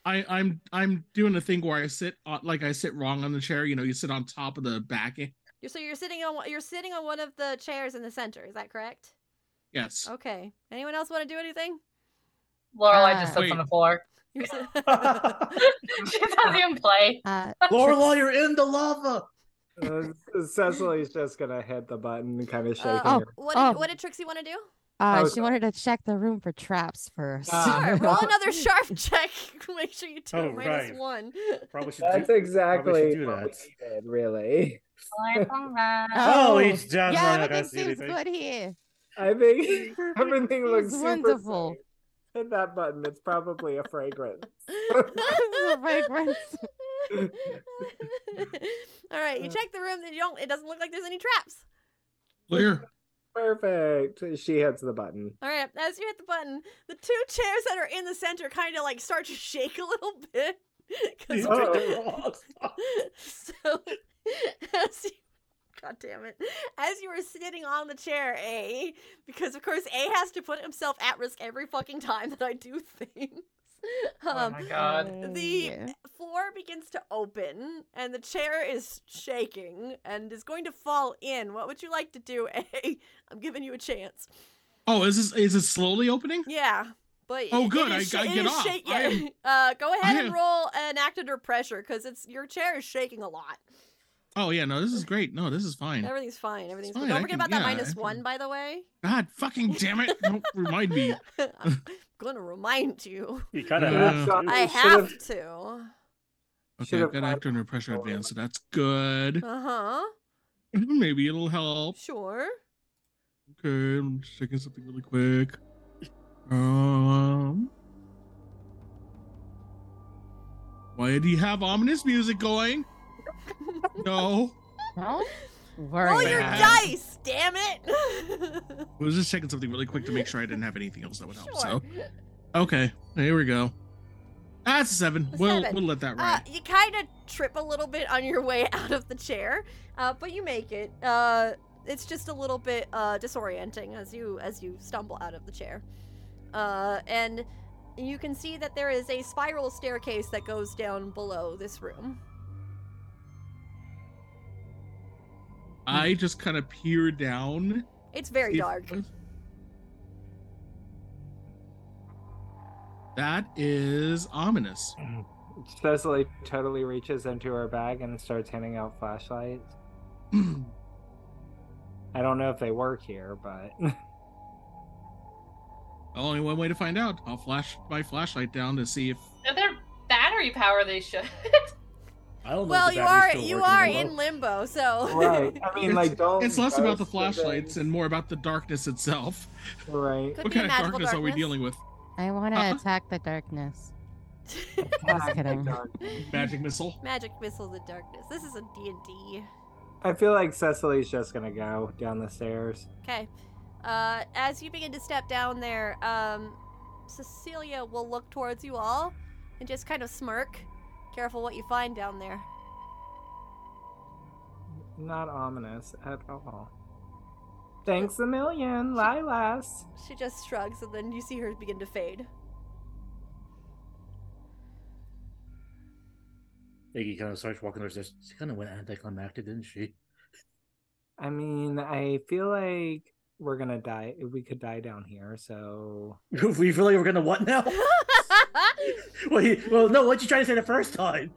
Speaker 3: I, I'm I'm doing a thing where I sit on, like I sit wrong on the chair. You know, you sit on top of the back
Speaker 1: You're, so you're sitting on one- you're sitting on one of the chairs in the center. Is that correct?
Speaker 3: Yes.
Speaker 1: Okay. Anyone else want to do anything?
Speaker 6: Lorelai
Speaker 5: Ah.
Speaker 6: just sits
Speaker 3: Wait.
Speaker 6: on the floor.
Speaker 1: You're sit-
Speaker 6: she doesn't even play.
Speaker 5: Uh,
Speaker 2: Lorelai, you're in the lava.
Speaker 4: Uh, Cecily's just gonna hit the button and kind of shaking
Speaker 1: Uh,
Speaker 5: oh.
Speaker 4: her.
Speaker 1: what did,
Speaker 5: Oh.
Speaker 1: what did Trixie want to do?
Speaker 5: uh,
Speaker 4: Oh,
Speaker 5: she wanted to check the room for traps first.
Speaker 4: Ah.
Speaker 1: Sure. Roll another sharp check. Make sure you do
Speaker 2: Uh, Oh,
Speaker 1: minus
Speaker 2: right.
Speaker 1: one.
Speaker 2: Probably should.
Speaker 4: That's
Speaker 2: do-
Speaker 4: exactly
Speaker 2: do
Speaker 4: what we
Speaker 2: that.
Speaker 4: needed, really.
Speaker 6: Like, alright.
Speaker 2: oh, he's just
Speaker 5: yeah,
Speaker 2: I can't
Speaker 5: everything
Speaker 2: see
Speaker 5: seems
Speaker 2: anything.
Speaker 5: good here.
Speaker 4: I think everything looks
Speaker 5: It's
Speaker 4: super
Speaker 5: wonderful.
Speaker 4: safe. Hit that button. It's probably a fragrance.
Speaker 5: The fragrance.
Speaker 1: All right, you check the room. and You don't. It doesn't look like there's any traps.
Speaker 3: Clear.
Speaker 4: Perfect. She hits the button.
Speaker 1: All right, as you hit the button, the two chairs that are in the center kind of like start to shake a little bit. 'cause
Speaker 2: He's
Speaker 4: Oh.
Speaker 2: doing the wrong stuff.
Speaker 1: so as you, god damn it as you were sitting on the chair a because of course a has to put himself at risk every fucking time that i do things
Speaker 6: Oh
Speaker 1: um
Speaker 6: my god.
Speaker 5: Mm,
Speaker 1: the
Speaker 5: yeah.
Speaker 1: floor begins to open and the chair is shaking and is going to fall in what would you like to do a i'm giving you a chance
Speaker 3: Oh, is this is it slowly opening?
Speaker 1: yeah but
Speaker 3: Oh,
Speaker 1: it- it
Speaker 3: good,
Speaker 1: is
Speaker 3: I- I
Speaker 1: it
Speaker 3: get
Speaker 1: is
Speaker 3: off.
Speaker 1: shake-
Speaker 3: I
Speaker 1: yeah. uh, go ahead and
Speaker 3: am-
Speaker 1: roll an act under pressure because it's your chair is shaking a lot
Speaker 3: Oh yeah, no, this is great. No, this is fine.
Speaker 1: Everything's fine. Everything's fine.
Speaker 3: Mm. fine,
Speaker 1: Don't
Speaker 3: I
Speaker 1: forget
Speaker 3: can-
Speaker 1: about that
Speaker 3: yeah, I
Speaker 1: minus
Speaker 3: can-
Speaker 1: one, by the way.
Speaker 3: God fucking damn it. Don't remind me.
Speaker 1: I'm gonna remind you.
Speaker 2: He kind of
Speaker 3: Yeah.
Speaker 2: has to.
Speaker 1: I
Speaker 4: You should've-
Speaker 1: have to.
Speaker 3: Okay,
Speaker 4: Should've
Speaker 3: I've got
Speaker 4: thought
Speaker 3: actor under pressure
Speaker 4: before.
Speaker 3: advanced, so that's good.
Speaker 1: Uh huh.
Speaker 3: Maybe it'll help.
Speaker 1: Sure.
Speaker 3: Okay, I'm just checking something really quick. Um, why do you have ominous music going? No,
Speaker 5: Don't
Speaker 1: Roll
Speaker 5: worry.
Speaker 1: your
Speaker 3: man.
Speaker 1: dice, damn it.
Speaker 3: I was just checking something really quick to make sure I didn't have anything else that would help.
Speaker 1: sure. Uh,
Speaker 3: So okay, here we go. That's a seven.
Speaker 1: A
Speaker 3: we'll
Speaker 1: seven.
Speaker 3: we'll let that
Speaker 1: Uh,
Speaker 3: ride.
Speaker 1: you kind of trip a little bit on your way out of the chair, uh, but you make it. Uh, it's just a little bit uh, disorienting as you as you stumble out of the chair, uh, and you can see that there is a spiral staircase that goes down below this room.
Speaker 3: I just kind of peer down.
Speaker 1: It's very
Speaker 3: see if-
Speaker 1: dark.
Speaker 3: That is ominous.
Speaker 4: Cecily totally reaches into her bag and starts handing out flashlights. I don't know if they work here, but
Speaker 3: Only one way to find out. I'll flash my flashlight down to see if.
Speaker 6: If they're battery power, they should.
Speaker 2: I don't know if
Speaker 1: Well,
Speaker 2: the
Speaker 1: you
Speaker 2: battery's
Speaker 1: are
Speaker 2: still
Speaker 1: you
Speaker 2: working
Speaker 1: are
Speaker 2: or
Speaker 1: in
Speaker 2: not.
Speaker 1: limbo, so
Speaker 4: right. I mean, like,
Speaker 1: Oh
Speaker 4: don't.
Speaker 3: It's less about the
Speaker 4: ghost
Speaker 3: flashlights and
Speaker 4: things.
Speaker 3: more about the darkness itself.
Speaker 4: Right.
Speaker 1: could
Speaker 3: what
Speaker 1: be
Speaker 3: kind of
Speaker 1: magical
Speaker 3: darkness, are we dealing with?
Speaker 5: I want to
Speaker 3: Uh-uh.
Speaker 5: attack the darkness. Just
Speaker 4: Attack the
Speaker 5: kidding.
Speaker 4: darkness.
Speaker 3: Magic missile.
Speaker 1: Magic missiles of darkness. This is a D and D.
Speaker 4: I feel like Cecily's just gonna go down the stairs.
Speaker 1: Okay. Uh, as you begin to step down there, um, Cecilia will look towards you all and just kind of smirk. Careful what you find down there.
Speaker 4: Not ominous at all. Thanks a million, Lilas.
Speaker 1: She just shrugs, and then you see her begin to fade.
Speaker 2: Iggy kind of starts walking towards this. She kind of went anticlimactic, didn't she?
Speaker 4: I mean, I feel like we're gonna die. We could die down here, so
Speaker 2: we feel like we're gonna what now? Wait, well, no. What you trying to say the first time?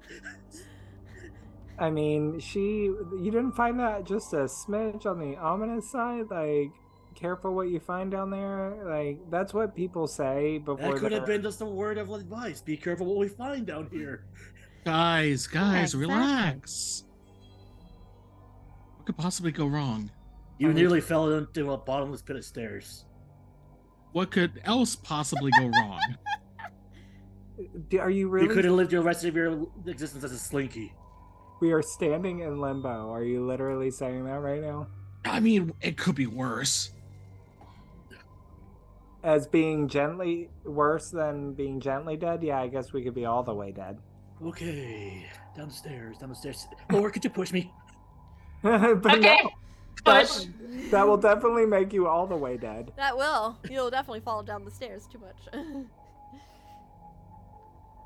Speaker 4: I mean, she. You didn't find that just a smidge on the ominous side? Like, careful what you find down there? Like, that's what people say before.
Speaker 2: That could have
Speaker 4: they're-
Speaker 2: been just a word of advice. Be careful what we find down here.
Speaker 3: Guys, guys,
Speaker 5: exactly.
Speaker 3: relax. What could possibly go wrong?
Speaker 2: You
Speaker 4: Oh.
Speaker 2: nearly fell into a bottomless pit of stairs.
Speaker 3: What could else possibly go wrong?
Speaker 4: Do- Are you really?
Speaker 2: You could have lived the rest of your existence as a slinky.
Speaker 4: We are standing in limbo. Are you literally saying that right now?
Speaker 3: I mean, it could be worse.
Speaker 4: As being gently worse than being gently dead? Yeah, I guess we could be all the way dead.
Speaker 2: Okay, downstairs, downstairs. Lower, could you push me?
Speaker 4: But
Speaker 6: okay.
Speaker 4: no,
Speaker 6: Push.
Speaker 4: that, that will definitely make you all the way dead.
Speaker 1: That will. You'll definitely fall down the stairs too much.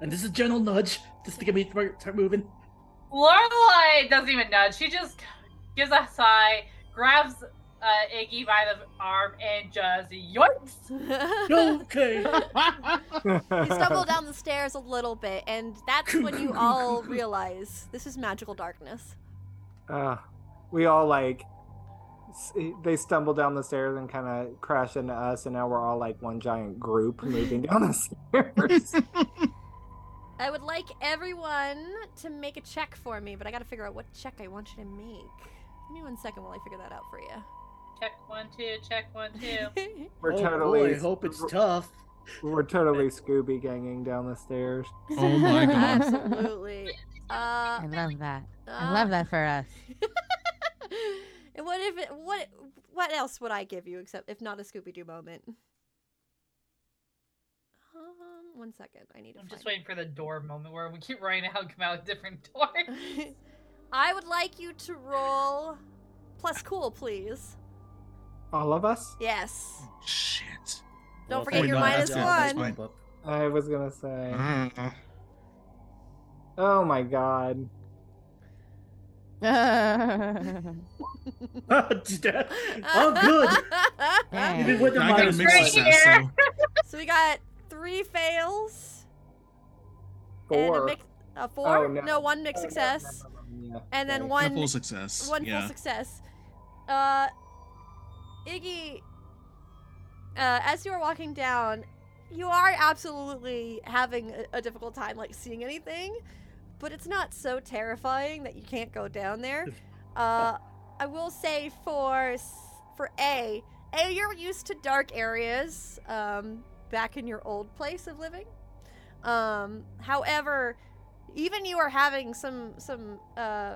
Speaker 2: And this is a gentle nudge, just to get me to start moving.
Speaker 6: Lorelai doesn't even nudge. She just gives a sigh, grabs uh, Iggy by the arm, and just yoinks.
Speaker 2: Okay.
Speaker 1: You stumble down the stairs a little bit, and that's when you all realize this is magical darkness.
Speaker 4: Uh, we all like s- eh, they stumble down the stairs and kind of crash into us, and now we're all like one giant group moving down the stairs.
Speaker 1: I would like everyone to make a check for me, but I gotta figure out what check I want you to make. Give me one second while I figure that out for
Speaker 6: Check one, two, check one, two.
Speaker 1: you.
Speaker 4: We're
Speaker 2: oh,
Speaker 4: totally
Speaker 2: boy, I hope it's tough.
Speaker 4: we're totally Scooby ganging down the stairs.
Speaker 3: Oh my God.
Speaker 1: Absolutely. Uh,
Speaker 5: I love that. I
Speaker 1: uh,
Speaker 5: love that for us.
Speaker 1: and what if it, what what else would I give you except if not a Scooby Doo moment? Um, one second, I need to.
Speaker 6: I'm
Speaker 1: find
Speaker 6: just waiting for the door moment where we keep running out and come out with different doors.
Speaker 1: I would like you to roll plus cool, please.
Speaker 4: All of us.
Speaker 1: Yes.
Speaker 3: Shit.
Speaker 1: Don't
Speaker 2: Well,
Speaker 1: forget
Speaker 2: thank
Speaker 1: your
Speaker 2: God
Speaker 1: minus
Speaker 2: that's out. That's
Speaker 1: one.
Speaker 2: fine, but-
Speaker 4: I was gonna say.
Speaker 3: Uh,
Speaker 4: Oh my god.
Speaker 2: Oh, I'm Oh, good. Even with the
Speaker 3: I got a
Speaker 2: minus
Speaker 3: mixed
Speaker 6: Right
Speaker 2: one.
Speaker 3: success, so
Speaker 6: here.
Speaker 1: so we got three fails and a
Speaker 4: Four.
Speaker 1: mix. A four?
Speaker 4: Oh, no.
Speaker 1: one mixed
Speaker 4: Oh, no, no,
Speaker 1: success,
Speaker 4: no, no, no,
Speaker 1: and then
Speaker 4: Right.
Speaker 1: one
Speaker 3: a full success.
Speaker 1: one
Speaker 3: yeah.
Speaker 1: full success. Uh, Iggy, uh, as you are walking down, you are absolutely having a, a difficult time, like seeing anything, but it's not so terrifying that you can't go down there. Uh, I will say for s- for A, A, you're used to dark areas. Um, back in your old place of living. Um, however, even you are having some some uh,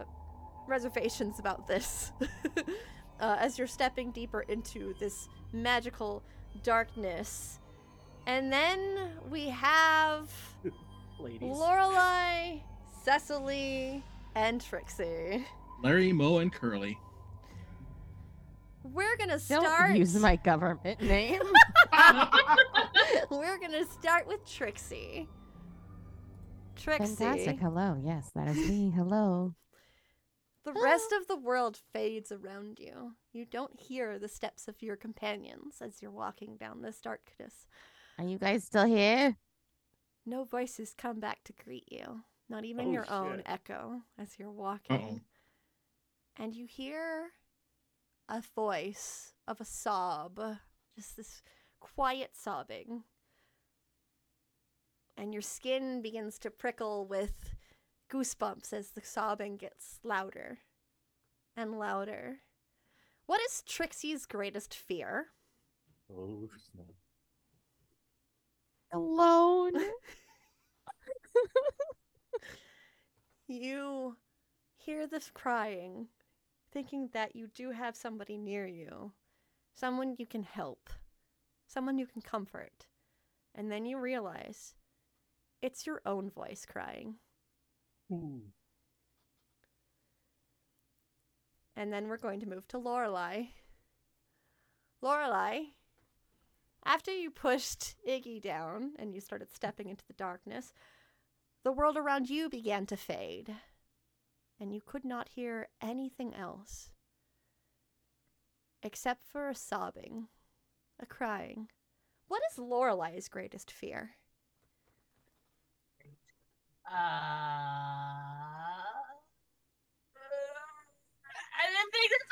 Speaker 1: reservations about this uh, as you're stepping deeper into this magical darkness. And then we have
Speaker 2: Ladies.
Speaker 1: Lorelai, Cecily, and Trixie.
Speaker 3: Larry, Moe, and Curly.
Speaker 1: We're gonna
Speaker 5: Don't
Speaker 1: start.
Speaker 5: use my government name.
Speaker 1: We're gonna start with Trixie. Trixie.
Speaker 5: Fantastic. Hello. Yes, that is me. Hello.
Speaker 1: The rest of the world fades around you. You don't hear the steps of your companions as you're walking down this darkness.
Speaker 5: Are you guys still here?
Speaker 1: No voices come back to greet you, not even
Speaker 2: Oh,
Speaker 1: your own
Speaker 2: shit.
Speaker 1: echo as you're walking. And you hear a voice of a sob, just this quiet sobbing. And your skin begins to prickle with goosebumps as the sobbing gets louder and louder. What is Trixie's greatest fear?
Speaker 2: Oh, snap.
Speaker 5: Alone.
Speaker 1: You hear this crying, thinking that you do have somebody near you, someone you can help, someone you can comfort. And then you realize it's your own voice crying. And then we're going to move to Lorelei. Lorelei, after you pushed Iggy down and you started stepping into the darkness, the world around you began to fade, and you could not hear anything else except for a sobbing, a crying. What is Lorelei's greatest fear?
Speaker 6: Uh, I didn't think this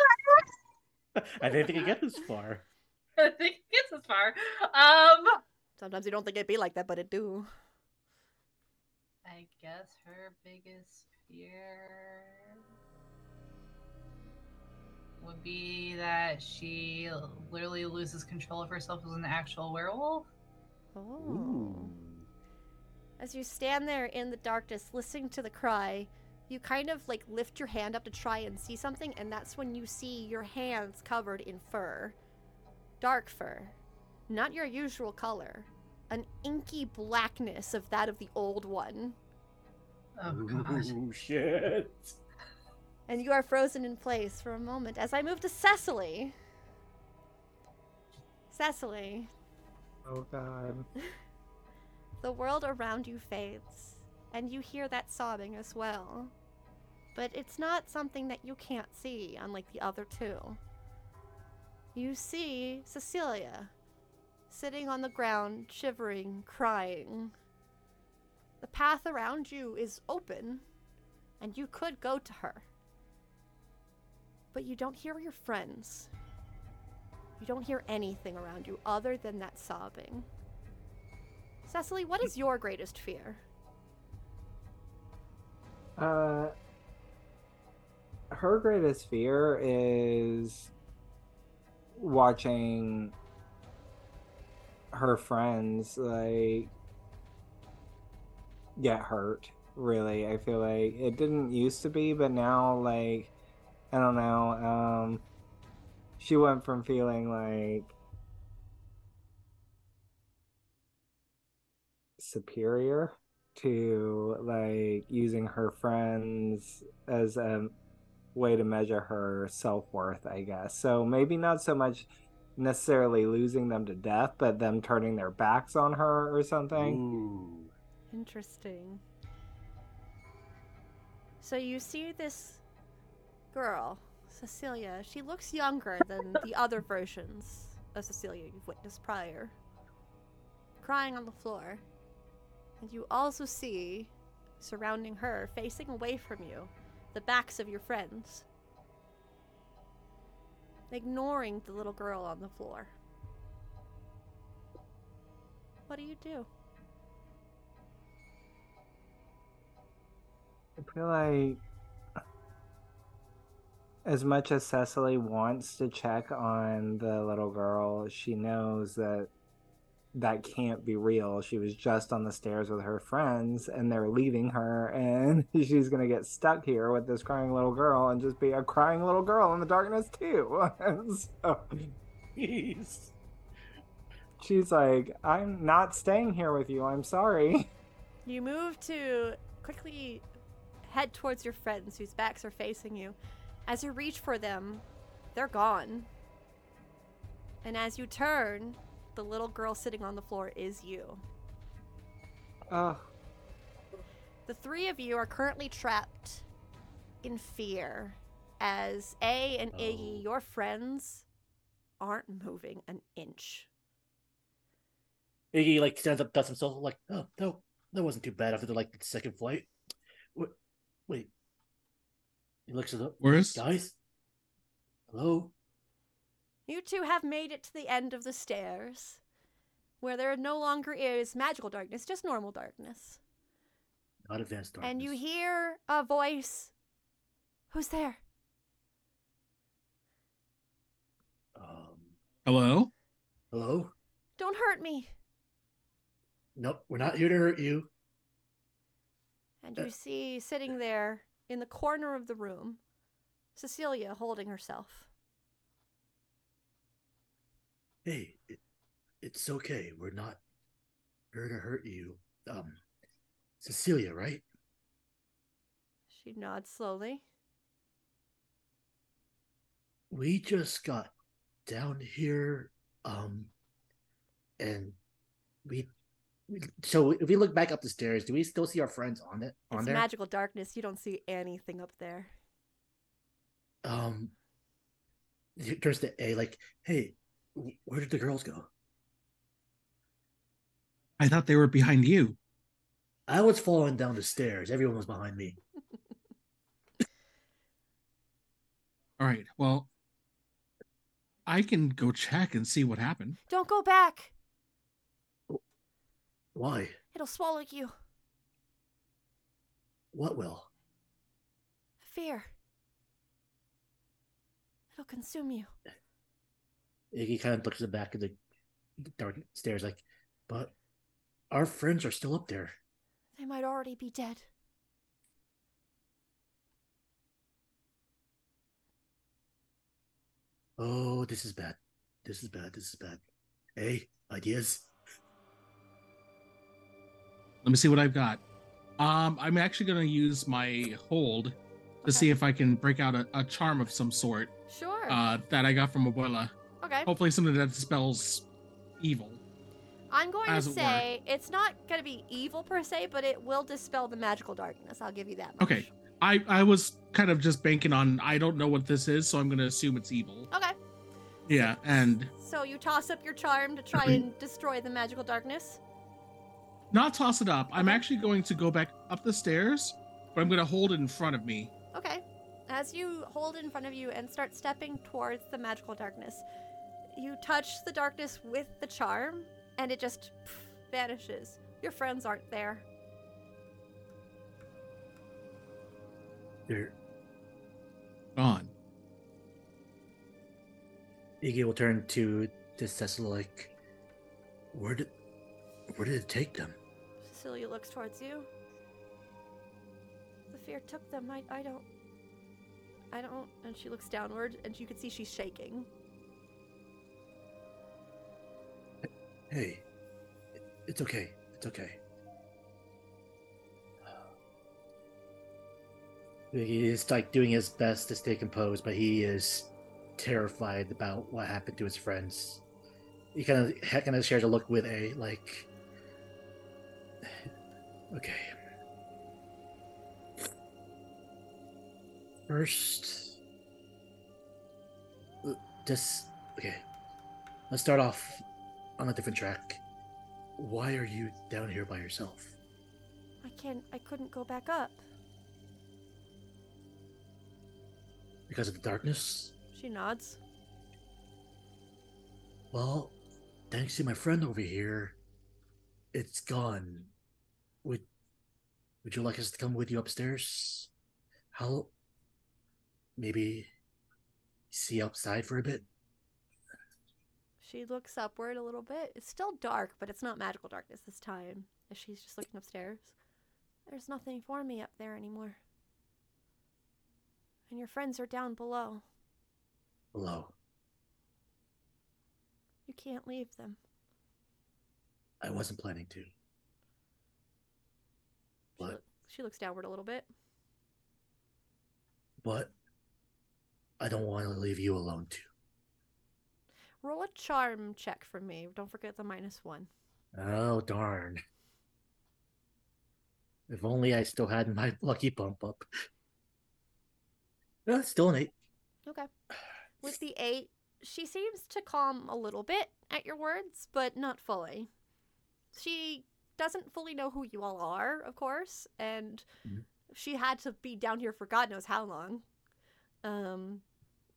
Speaker 6: far.
Speaker 2: I didn't think I get this far.
Speaker 6: I didn't think it gets this far. Um,
Speaker 1: Sometimes you don't think it'd be like that, but it do.
Speaker 6: I guess her biggest fear would be that she literally loses control of herself as an actual werewolf.
Speaker 5: Oh.
Speaker 1: As you stand there in the darkness listening to the cry, you kind of like lift your hand up to try and see something, and that's when you see your hands covered in fur. Dark fur. Not your usual color. An inky blackness of that of the old one.
Speaker 6: Oh gosh.
Speaker 2: Ooh, shit.
Speaker 1: And you are frozen in place for a moment as I move to Cecily. Cecily,
Speaker 4: Oh god.
Speaker 1: The world around you fades, and you hear that sobbing as well. but it's not something that you can't see, unlike the other two. You see Cecilia sitting on the ground, shivering, crying. The path around you is open, and you could go to her. But you don't hear your friends. You don't hear anything around you other than that sobbing. Cecily, what is your greatest fear?
Speaker 4: Uh, her greatest fear is watching her friends like get hurt. Really, I feel like it didn't used to be, but now like I don't know. Um, she went from feeling like superior to like using her friends as a way to measure her self worth, I guess. So maybe not so much necessarily losing them to death, but them turning their backs on her or something.
Speaker 2: Ooh.
Speaker 1: Interesting. So you see this girl, Cecilia. She looks younger than the other versions of Cecilia you've witnessed prior, crying on the floor. And you also see, surrounding her, facing away from you, the backs of your friends, ignoring the little girl on the floor. What do you do?
Speaker 4: I feel like as much as Cecily wants to check on the little girl, she knows that that can't be real. She was just on the stairs with her friends and they're leaving her and she's going to get stuck here with this crying little girl and just be a crying little girl in the darkness too. so
Speaker 2: Jeez.
Speaker 4: she's like, "I'm not staying here with you. I'm sorry."
Speaker 1: You move to quickly head towards your friends whose backs are facing you. As you reach for them, they're gone. And as you turn, the little girl sitting on the floor is you.
Speaker 4: Ugh.
Speaker 1: The three of you are currently trapped in fear as A and Iggy,
Speaker 2: Oh.
Speaker 1: your friends, aren't moving an inch.
Speaker 2: Iggy like stands up, dusts himself, like, oh no, that wasn't too bad after the like second flight. Wait, wait. He looks it up.
Speaker 3: Worse.
Speaker 2: Guys, hello.
Speaker 1: You two have made it to the end of the stairs, where there no longer is magical darkness, just normal darkness.
Speaker 2: Not advanced darkness.
Speaker 1: And you hear a voice. Who's there?
Speaker 2: Um,
Speaker 3: Hello?
Speaker 2: hello.
Speaker 1: Don't hurt me.
Speaker 2: Nope, we're not here to hurt you.
Speaker 1: And
Speaker 2: Uh,
Speaker 1: you see sitting there in the corner of the room, Cecilia holding herself.
Speaker 2: Hey, it, it's okay. We're not here to hurt you. Um, Cecilia, right?
Speaker 1: She nods slowly.
Speaker 2: we just got down here um and we, we so if we look back up the stairs do we still see our friends on it on
Speaker 1: It's
Speaker 2: there
Speaker 1: magical darkness. You don't see anything up there.
Speaker 2: um he turns to a like hey wh- where did the girls go
Speaker 3: I thought they were behind you.
Speaker 2: i was falling down the stairs everyone was behind me
Speaker 3: All right. Well, I can go check and see what happened.
Speaker 1: Don't go back.
Speaker 2: why
Speaker 1: It'll swallow you.
Speaker 2: what will
Speaker 1: Fear. It'll consume you.
Speaker 2: iggy kind of looks at the back of the dark stairs like but our friends are still up there
Speaker 1: They might already be dead.
Speaker 2: Oh, this is bad. This is bad. This is bad. Hey, ideas?
Speaker 3: Let me see what I've got. Um, I'm actually going to use my hold to see if I can break out a, a charm of some sort
Speaker 1: Sure.
Speaker 3: uh, oh, that I got from Abuela.
Speaker 1: okay.
Speaker 3: Hopefully, something that dispels evil.
Speaker 1: I'm going to
Speaker 3: as it were.
Speaker 1: say it's not going to be evil per se, but it will dispel the magical darkness. I'll give you that much.
Speaker 3: Okay. I I was kind of just banking on I don't know what this is, so I'm gonna assume it's evil.
Speaker 1: Okay.
Speaker 3: Yeah, and
Speaker 1: So you toss up your charm to try and destroy the magical darkness.
Speaker 3: not toss it up. I'm actually going to go back up the stairs, but I'm gonna hold it in front of me.
Speaker 1: Okay. As you hold in front of you and start stepping towards the magical darkness, you touch the darkness with the charm, and it just pff, vanishes. Your friends aren't there.
Speaker 2: There,
Speaker 3: Gone.
Speaker 2: Iggy will turn to to Cecil like, where did where did it take them?
Speaker 1: Cecilia looks towards you. The fear took them. I, I don't. I don't. And she looks downward, and you can see she's shaking.
Speaker 2: Hey, it- it's okay. It's okay. He is like doing his best to stay composed, but he is terrified about what happened to his friends. He kind of he kind of shares a look with a like. Okay. First, l- just okay. Let's start off on a different track. Why are you down here by yourself?
Speaker 1: I can't. I couldn't go back up.
Speaker 2: Because of the darkness?
Speaker 1: She nods.
Speaker 2: Well, thanks to my friend over here, it's gone. Would Would you like us to come with you upstairs? How? Maybe see outside for a bit.
Speaker 1: She looks upward a little bit. It's still dark, but it's not magical darkness this time. As she's just looking upstairs. There's nothing for me up there anymore. And your friends are down below.
Speaker 2: Hello.
Speaker 1: You can't leave them.
Speaker 2: I wasn't planning to.
Speaker 1: She,
Speaker 2: What?
Speaker 1: loo- she looks downward a little bit.
Speaker 2: but I don't want to leave you alone too.
Speaker 1: Roll a charm check for me. Don't forget the minus one.
Speaker 2: Oh darn! If only I still had my lucky bump up. Yeah, still an eight.
Speaker 1: Okay. With the eight, she seems to calm a little bit at your words, but not fully. She doesn't fully know who you all are, of course, and
Speaker 2: Mhm.
Speaker 1: she had to be down here for God knows how long. Um,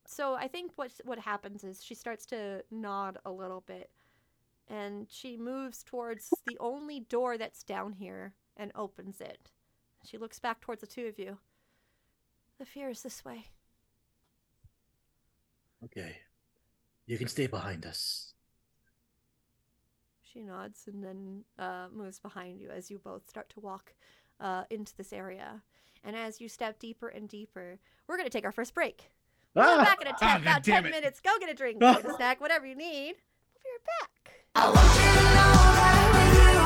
Speaker 1: so I think what what happens is she starts to nod a little bit, and she moves towards the only door that's down here and opens it. She looks back towards the two of you. The fear is this way.
Speaker 2: Okay, you can stay behind us.
Speaker 1: She nods and then uh, moves behind you as you both start to walk uh, into this area. And as you step deeper and deeper, we're going to take our first break. We'll be back in a
Speaker 3: Ah,
Speaker 1: ten, about
Speaker 3: goddamn
Speaker 1: 10
Speaker 3: it.
Speaker 1: minutes. Go get a drink, get a snack, whatever you need. We'll be right back.
Speaker 7: I want you to know that I'm with you.